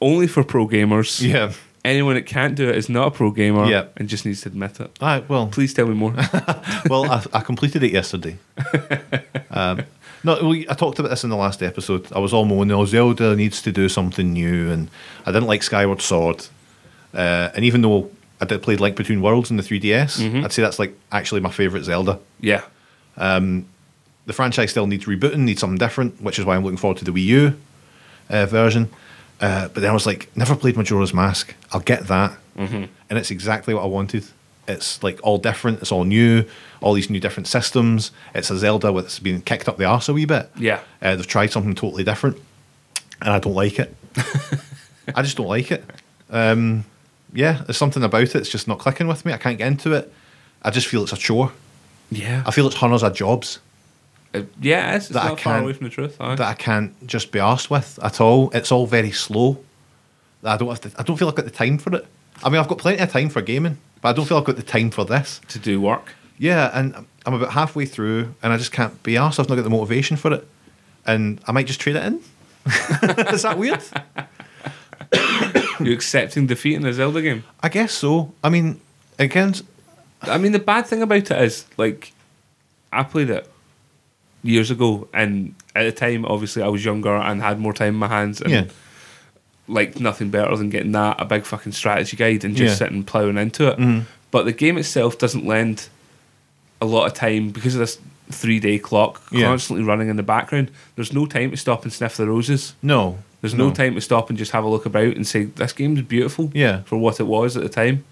Speaker 2: only for pro gamers.
Speaker 1: Yeah.
Speaker 2: Anyone that can't do it is not a pro gamer
Speaker 1: Yeah.
Speaker 2: and just needs to admit it.
Speaker 1: All right. Well,
Speaker 2: Please tell
Speaker 1: *laughs*
Speaker 2: me more.
Speaker 1: well, I, I completed it yesterday. Um, no, we, I talked about this in the last episode. I was all moaning, oh, Zelda needs to do something new, and I didn't like Skyward Sword. Uh, and even though I did play Link Between Worlds in the 3DS, I'd say that's like actually my favourite Zelda.
Speaker 2: yeah.
Speaker 1: The franchise still needs rebooting, needs something different, which is why I'm looking forward to the Wii U uh, version. Uh, but then I was like, never played Majora's Mask. I'll get that. And it's exactly what I wanted. It's like all different, it's all new, all these new different systems. It's a Zelda that's been kicked up the arse a wee bit.
Speaker 2: Yeah.
Speaker 1: Uh, they've tried something totally different, and I don't like it. I just don't like it. Um, yeah, there's something about it. It's just not clicking with me. I can't get into it. I just feel it's a chore.
Speaker 2: Yeah.
Speaker 1: I feel it's hunters are jobs.
Speaker 2: Uh, yeah, it's, it's
Speaker 1: that I
Speaker 2: not far
Speaker 1: can't-
Speaker 2: away from the truth. aye.
Speaker 1: *laughs* that I can't just be arsed with at all. It's all very slow. I don't have to, I don't feel I've got the time for it. I mean, I've got plenty of time for gaming, but I don't feel I've got the time for this.
Speaker 2: to do work.
Speaker 1: Yeah, and I'm about halfway through, and I just can't be arsed. I've not got the motivation for it, and I might just trade it in. *laughs* Is that weird?
Speaker 2: You're accepting defeat in a Zelda game.
Speaker 1: I guess so. I mean, again,
Speaker 2: I mean, the bad thing about it is, like, I played it years ago, and at the time, obviously, I was younger and had more time in my hands, and
Speaker 1: Yeah.
Speaker 2: like nothing better than getting that a big fucking strategy guide and just
Speaker 1: Yeah. Mm-hmm.
Speaker 2: sitting ploughing into it. But the game itself doesn't lend a lot of time because of this three day clock
Speaker 1: Yeah.
Speaker 2: constantly running in the background. There's no time to stop and sniff the roses.
Speaker 1: No,
Speaker 2: There's no. time to stop and just have a look about and say this game's beautiful
Speaker 1: Yeah.
Speaker 2: for what it was at the time.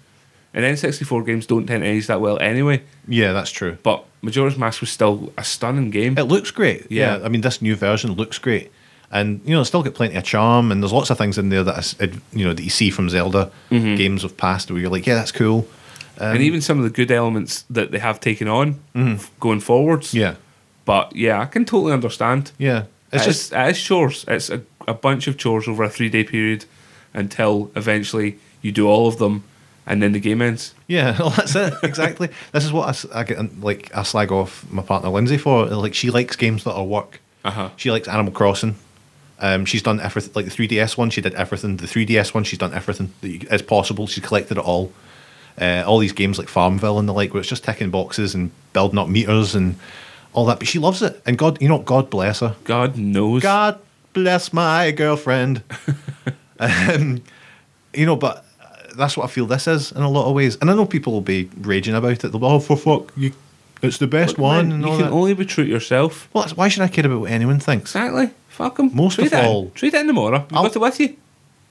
Speaker 2: And N64 games don't tend to age that well anyway.
Speaker 1: Yeah, that's true.
Speaker 2: But Majora's Mask was still a stunning game.
Speaker 1: It looks great. Yeah.
Speaker 2: Yeah.
Speaker 1: I mean, this new version looks great. And, you know, it's still got plenty of charm, and there's lots of things in there that, I s- I'd- you know, that you see from Zelda games of past where you're like, yeah, that's cool. Um,
Speaker 2: Mm-hmm.
Speaker 1: Mm-hmm.
Speaker 2: and even some of the good elements that they have taken on f- going forwards.
Speaker 1: yeah,
Speaker 2: But yeah, I can totally understand.
Speaker 1: yeah. It's just,
Speaker 2: it is chores. It's a, a bunch of chores over a three day period until eventually you do all of them and then the game ends.
Speaker 1: yeah, *laughs* well, that's it, exactly. this is what I s- I, get, like, I slag off my partner Lindsay for. Like, she likes games that are work.
Speaker 2: Uh-huh.
Speaker 1: She likes Animal Crossing. Um, she's done everything, like the 3DS one, she did everything. The 3DS one, she's done everything that you, as possible. She's collected it all. Uh, all these games like Farmville and the like, where it's just ticking boxes and building up meters and all that. But she loves it. And God, you know, God bless her.
Speaker 2: God knows.
Speaker 1: God bless my girlfriend.
Speaker 2: *laughs*
Speaker 1: um, you know, but that's what I feel this is in a lot of ways. And I know people will be raging about it. They'll be, oh, for fuck, you, it's the best one.
Speaker 2: Man,
Speaker 1: and
Speaker 2: you
Speaker 1: all
Speaker 2: can
Speaker 1: that.
Speaker 2: only be true to yourself.
Speaker 1: well, that's, why should I care about what anyone thinks?
Speaker 2: Exactly. Fuck them.
Speaker 1: Most
Speaker 2: Trade
Speaker 1: of
Speaker 2: it in.
Speaker 1: all-
Speaker 2: Trade it in tomorrow. You've
Speaker 1: I'll-
Speaker 2: got it with you.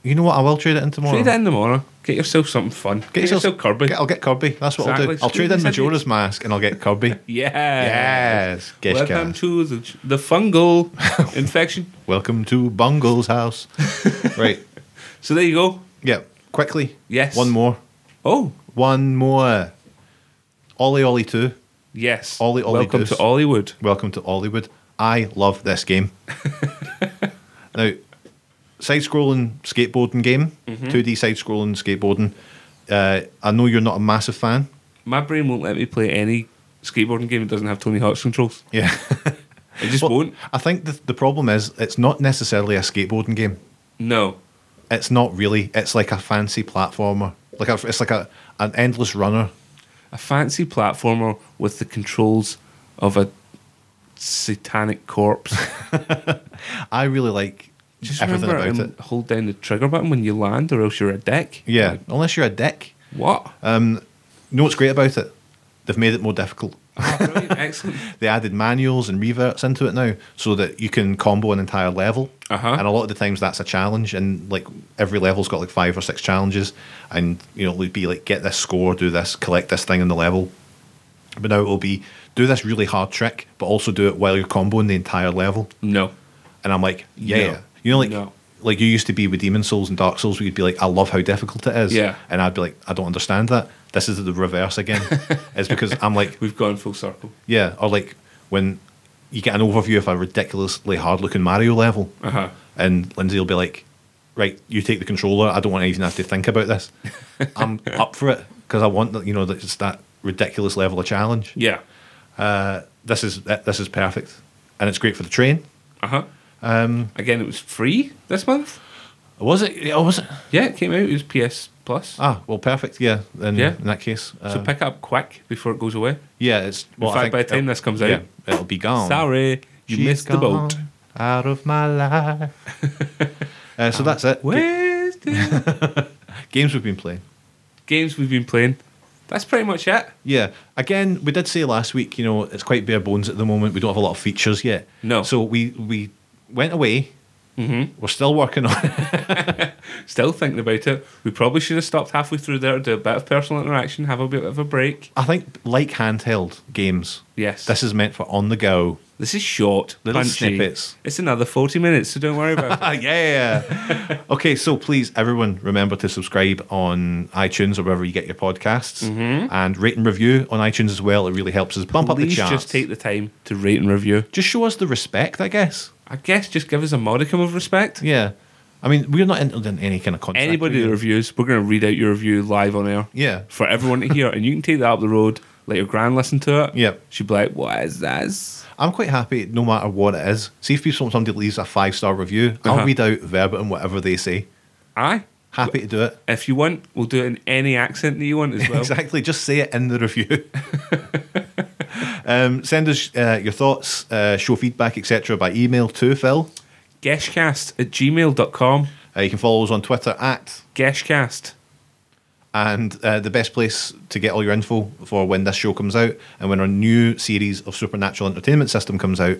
Speaker 1: You know what? I will trade it in tomorrow.
Speaker 2: Trade it in tomorrow. Get yourself something fun. Get, yourself, Kirby.
Speaker 1: Get, I'll get Kirby. That's what I'll
Speaker 2: Exactly.
Speaker 1: do. I'll trade in
Speaker 2: Squeeze it in.
Speaker 1: Majora's Mask and I'll get Kirby.
Speaker 2: *laughs* yeah.
Speaker 1: yes. Gish
Speaker 2: Welcome
Speaker 1: gas.
Speaker 2: to the, the fungal
Speaker 1: *laughs*
Speaker 2: infection.
Speaker 1: Welcome to Bungle's
Speaker 2: *laughs*
Speaker 1: house. right.
Speaker 2: So there you go.
Speaker 1: Yeah. Quickly.
Speaker 2: Yes.
Speaker 1: One more.
Speaker 2: Oh,
Speaker 1: One more. Ollie Ollie 2.
Speaker 2: yes.
Speaker 1: Ollie, Ollie
Speaker 2: Welcome
Speaker 1: does.
Speaker 2: to Ollywood.
Speaker 1: Welcome to Ollywood. I love this
Speaker 2: *laughs*
Speaker 1: game. now, side scrolling skateboarding game,
Speaker 2: Mm-hmm.
Speaker 1: 2D side scrolling skateboarding. Uh, I know you're not a massive fan.
Speaker 2: My brain won't let me play any skateboarding game that doesn't have Tony Hawk's controls.
Speaker 1: Yeah.
Speaker 2: It *laughs* just
Speaker 1: Well,
Speaker 2: won't.
Speaker 1: I think the, the problem is it's not necessarily a skateboarding game.
Speaker 2: No.
Speaker 1: It's not really. It's like a fancy platformer. Like a, it's like a an endless runner.
Speaker 2: A fancy platformer with the controls of a satanic corpse.
Speaker 1: I really like
Speaker 2: Just
Speaker 1: everything
Speaker 2: remember um,
Speaker 1: about
Speaker 2: and
Speaker 1: it.
Speaker 2: hold down the trigger button when you land, or else you're a dick.
Speaker 1: Yeah, Uh, unless you're a dick.
Speaker 2: What?
Speaker 1: You know what's great about it? They've made it more difficult.
Speaker 2: Ah,
Speaker 1: *laughs*
Speaker 2: brilliant. Excellent.
Speaker 1: They added manuals and reverts into it now, so that you can combo an entire level.
Speaker 2: Uh-huh.
Speaker 1: And a lot of the times that's a challenge, and like every level's got like five or six challenges, and you know it'd be like get this score, do this, collect this thing on the level. But now it'll be do this really hard trick, but also do it while you're comboing the entire level.
Speaker 2: No.
Speaker 1: And I'm like, yeah,
Speaker 2: No.
Speaker 1: you know, like.
Speaker 2: No.
Speaker 1: Like you used to be with Demon Souls and Dark Souls, where you'd be like, "I love how difficult it is,"
Speaker 2: Yeah.
Speaker 1: and I'd be like, "I don't understand that." This is the reverse
Speaker 2: *laughs*
Speaker 1: again. it's because I'm like,
Speaker 2: We've gone full circle.
Speaker 1: yeah, or like when you get an overview of a ridiculously hard looking Mario level,
Speaker 2: Uh huh.
Speaker 1: and Lindsay will be like, "Right, you take the controller. I don't want to even have to think about this.
Speaker 2: *laughs*
Speaker 1: I'm up for it because I want that. You know, that it's that ridiculous level of challenge.
Speaker 2: Yeah.
Speaker 1: This is it- this is perfect, and it's great for the train.
Speaker 2: Uh huh. Um, Again, it was free this month.
Speaker 1: Was it? Oh, was it?
Speaker 2: Yeah, it came out. It was PS Plus.
Speaker 1: Ah, well, perfect. Yeah, in,
Speaker 2: Yeah.
Speaker 1: in that case, uh,
Speaker 2: so pick it up quick before it goes away.
Speaker 1: yeah, it's. Well, I
Speaker 2: fact,
Speaker 1: think
Speaker 2: by the time
Speaker 1: it'll-
Speaker 2: this comes out-
Speaker 1: yeah, it'll be gone.
Speaker 2: Sorry, you
Speaker 1: She's
Speaker 2: missed the boat.
Speaker 1: gone Out of my
Speaker 2: *laughs*
Speaker 1: life. uh, so that's it.
Speaker 2: Where's the *laughs*
Speaker 1: Games we've been playing.
Speaker 2: games we've been playing? That's pretty much it.
Speaker 1: Yeah. Again, we did say last week, you know, it's quite bare bones at the moment. We don't have a lot of features yet.
Speaker 2: No.
Speaker 1: So we we went away. Mm-hmm. We're still working on it. *laughs*
Speaker 2: Still thinking about it. We probably should have stopped halfway through there to do a bit of personal interaction, have a bit of a break.
Speaker 1: I think like handheld games.
Speaker 2: Yes.
Speaker 1: This is meant for on the go.
Speaker 2: This is short.
Speaker 1: Little
Speaker 2: punchy.
Speaker 1: snippets.
Speaker 2: It's another 40 minutes, so don't worry
Speaker 1: *laughs*
Speaker 2: about it.
Speaker 1: Ah, yeah. *laughs* okay, so please, everyone, remember to subscribe on iTunes or wherever you get your podcasts, and rate and review on iTunes as well. It really helps us bump up the
Speaker 2: Mm-hmm. Please
Speaker 1: charts.
Speaker 2: just take the time to rate and review.
Speaker 1: just show us the respect, I guess.
Speaker 2: I guess just give us a modicum of respect.
Speaker 1: Yeah. I mean, we're not in, in any kind of contract.
Speaker 2: Anybody
Speaker 1: with
Speaker 2: that
Speaker 1: you.
Speaker 2: reviews, we're going to read out your review live on air.
Speaker 1: Yeah.
Speaker 2: For everyone to hear. and you can take that up the road, let your gran listen to it.
Speaker 1: Yep.
Speaker 2: She'd be like, what is this?
Speaker 1: I'm quite happy no matter what it is. See if people, somebody leaves a five star review, I'll
Speaker 2: Uh-huh.
Speaker 1: read out verbatim whatever they say.
Speaker 2: Aye.
Speaker 1: Happy to do it. *laughs*
Speaker 2: If you want, we'll do it in any accent that you want as well.
Speaker 1: exactly. Just say it in the
Speaker 2: *laughs*
Speaker 1: review. um, send us uh, your thoughts, uh, show feedback, etc. by email to Phil.
Speaker 2: Geshcast at gmail.com.
Speaker 1: Uh, you can follow us on Twitter at
Speaker 2: Geshcast.
Speaker 1: And uh, the best place to get all your info for when this show comes out and when our new series of Supernatural Entertainment System comes out,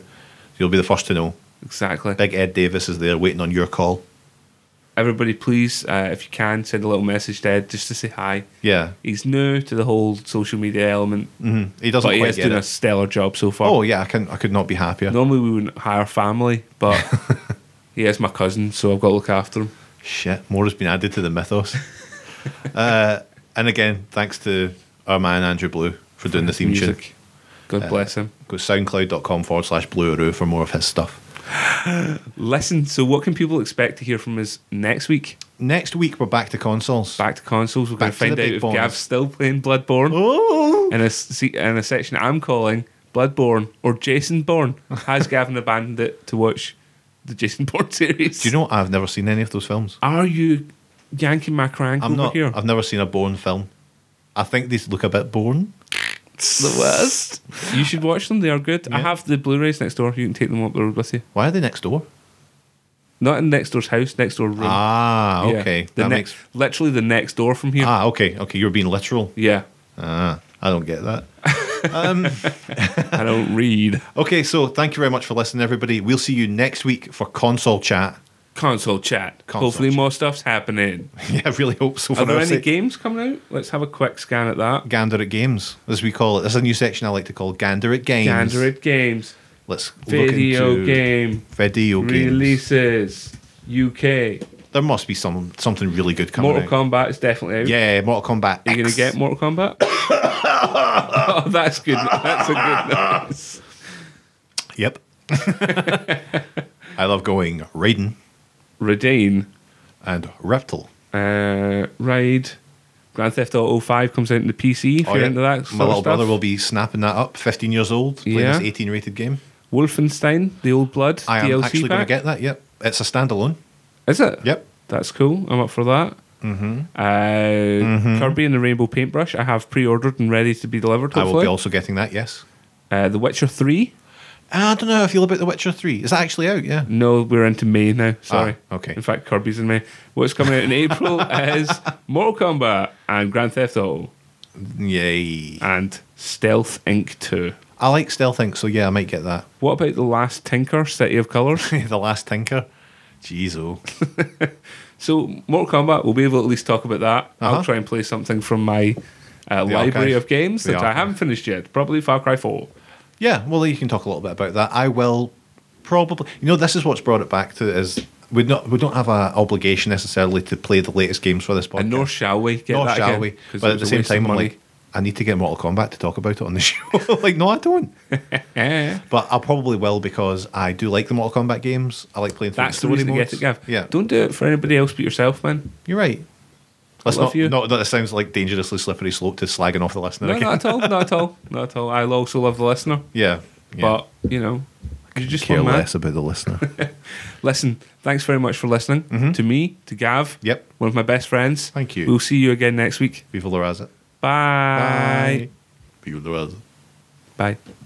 Speaker 1: you'll be the first to know.
Speaker 2: Exactly.
Speaker 1: Big Ed Davis is there waiting on your call.
Speaker 2: Everybody, please, uh, if you can, send a little message to Ed just to say hi.
Speaker 1: Yeah.
Speaker 2: He's new to the whole social media element,
Speaker 1: He Mm-hmm. doesn't
Speaker 2: but he
Speaker 1: quite
Speaker 2: has
Speaker 1: get
Speaker 2: done
Speaker 1: it.
Speaker 2: a stellar job so far.
Speaker 1: Oh, yeah, I, can, I could not be happier.
Speaker 2: Normally we wouldn't hire family, but
Speaker 1: *laughs*
Speaker 2: he is my cousin, so I've got to look after him.
Speaker 1: Shit, more has been added to the mythos. *laughs* uh, and again, thanks to our man Andrew Blue for doing the theme tune.
Speaker 2: Music.
Speaker 1: Uh,
Speaker 2: God bless him.
Speaker 1: Go to soundcloud.com forward slash Blue Aroo for more of his stuff.
Speaker 2: Listen, so what can people expect to hear from us next week?
Speaker 1: Next week, we're back to consoles.
Speaker 2: Back to consoles. We're going
Speaker 1: Back
Speaker 2: to
Speaker 1: to
Speaker 2: find
Speaker 1: the
Speaker 2: out
Speaker 1: big
Speaker 2: if
Speaker 1: boys.
Speaker 2: Gav's still playing Bloodborne.
Speaker 1: Oh!
Speaker 2: in a se- in a section I'm calling Bloodborne or Jason Bourne has Gavin abandoned it to watch the Jason Bourne *laughs* series.
Speaker 1: Do you know I've never seen any of those films?
Speaker 2: Are you yanking my crank
Speaker 1: I'm
Speaker 2: over
Speaker 1: not.
Speaker 2: here?
Speaker 1: I've never seen a Bourne film. I think these look a bit Bourne.
Speaker 2: the worst. You should watch them. They are good. I
Speaker 1: Yeah.
Speaker 2: have the Blu-rays next door. You can take them up the road with you.
Speaker 1: Why are they next door?
Speaker 2: Not in next door's house. Next door room.
Speaker 1: Ah,
Speaker 2: Yeah.
Speaker 1: okay.
Speaker 2: The
Speaker 1: that
Speaker 2: ne-
Speaker 1: makes.
Speaker 2: literally the next door from here.
Speaker 1: Ah, okay, okay. You're being literal.
Speaker 2: Yeah,
Speaker 1: Ah, I don't get
Speaker 2: *laughs*
Speaker 1: that. Um, *laughs*
Speaker 2: I don't read
Speaker 1: Okay, so thank you very much for listening, everybody. We'll see you next week for console chat. *laughs*
Speaker 2: console chat.
Speaker 1: Console
Speaker 2: Hopefully,
Speaker 1: chat.
Speaker 2: more stuff's
Speaker 1: *laughs*
Speaker 2: happening.
Speaker 1: yeah, I really hope so. For
Speaker 2: Are there
Speaker 1: our
Speaker 2: any
Speaker 1: sake.
Speaker 2: games coming out? Let's have a quick scan at that.
Speaker 1: Gander at games, as we call it. There's a new section I like to call Gander at games.
Speaker 2: Gander at games.
Speaker 1: Let's look
Speaker 2: Video
Speaker 1: into
Speaker 2: game
Speaker 1: video games.
Speaker 2: releases UK.
Speaker 1: There must be some something really good coming
Speaker 2: Mortal
Speaker 1: out.
Speaker 2: Kombat is definitely out.
Speaker 1: Yeah, Mortal Kombat.
Speaker 2: Are you gonna
Speaker 1: X.
Speaker 2: get
Speaker 1: *laughs*
Speaker 2: Mortal Kombat? *laughs* oh, that's good. That's a
Speaker 1: *laughs*
Speaker 2: good noise. *laughs*
Speaker 1: Yep. I love going Raiden
Speaker 2: Redain.
Speaker 1: and Reptile.
Speaker 2: Uh, Ride. Grand Theft Auto 5 comes out in the PC. If
Speaker 1: Oh,
Speaker 2: you're
Speaker 1: yeah.
Speaker 2: into that, sort
Speaker 1: My
Speaker 2: of
Speaker 1: little
Speaker 2: stuff.
Speaker 1: brother will be snapping that up, 15 years old, playing
Speaker 2: Yeah.
Speaker 1: this 18 rated game.
Speaker 2: Wolfenstein, The Old Blood.
Speaker 1: I am
Speaker 2: DLC
Speaker 1: actually going to
Speaker 2: pack.
Speaker 1: get that, yep. It's a standalone.
Speaker 2: Is it?
Speaker 1: Yep.
Speaker 2: That's cool. I'm up for that. Mm-hmm. Uh, Kirby and the Rainbow Paintbrush. I have pre-ordered and ready to be delivered.
Speaker 1: Mm-hmm. I will
Speaker 2: Hopefully.
Speaker 1: be also getting that, yes.
Speaker 2: uh, the Witcher Three.
Speaker 1: Ah, I don't know if you'll about The Witcher 3. Is that actually out? Yeah.
Speaker 2: No, we're into May now. Sorry.
Speaker 1: Ah, okay.
Speaker 2: In fact, Kirby's in May. What's coming out
Speaker 1: *laughs*
Speaker 2: in April is Mortal Kombat and Grand Theft Auto
Speaker 1: Yay.
Speaker 2: and Stealth Inc. 2.
Speaker 1: I like Stealth Inc., so yeah, I might get that.
Speaker 2: What about The Last Tinker, City of
Speaker 1: *laughs*
Speaker 2: Colours?
Speaker 1: the Last Tinker. Jeez, oh.
Speaker 2: so, Mortal Kombat, we'll be able to at least talk about that. I'll
Speaker 1: Uh-huh.
Speaker 2: try and play something from my uh, library
Speaker 1: archive.
Speaker 2: of games
Speaker 1: The
Speaker 2: that I
Speaker 1: archive.
Speaker 2: haven't finished yet. Probably Far Cry 4.
Speaker 1: Yeah, well, you can talk a little bit about that. I will probably. You know, this is what's brought it back to is we not we don't have an obligation necessarily to play the latest games for this podcast.
Speaker 2: And nor shall we get
Speaker 1: Nor
Speaker 2: that
Speaker 1: shall
Speaker 2: again,
Speaker 1: we?
Speaker 2: 'cause
Speaker 1: But
Speaker 2: it
Speaker 1: at the
Speaker 2: was a
Speaker 1: same
Speaker 2: waste of
Speaker 1: time, I'm
Speaker 2: money.
Speaker 1: like, I need to get Mortal Kombat to talk about it on the *laughs* show. like, no, I don't. but I probably will because I do like the Mortal Kombat games. I like playing through
Speaker 2: That's the
Speaker 1: story
Speaker 2: reason to
Speaker 1: modes.
Speaker 2: get it, Gav.
Speaker 1: Yeah,
Speaker 2: Don't do it for anybody else but yourself, man.
Speaker 1: you're right. Let's
Speaker 2: Love
Speaker 1: not,
Speaker 2: you.
Speaker 1: not. That sounds like dangerously slippery slope to slagging off the listener
Speaker 2: No,
Speaker 1: again.
Speaker 2: not at all. Not at all. Not at all. I also love the listener.
Speaker 1: yeah, yeah.
Speaker 2: But, you know, you just
Speaker 1: care
Speaker 2: one man.
Speaker 1: less about the
Speaker 2: *laughs*
Speaker 1: listener.
Speaker 2: Listen, thanks very much for listening to me, to Gav.
Speaker 1: Mm-hmm. Yep.
Speaker 2: One of my best friends.
Speaker 1: Thank you.
Speaker 2: We'll see you again next week.
Speaker 1: Viva la raza.
Speaker 2: Bye.
Speaker 1: Viva la raza.
Speaker 2: Bye.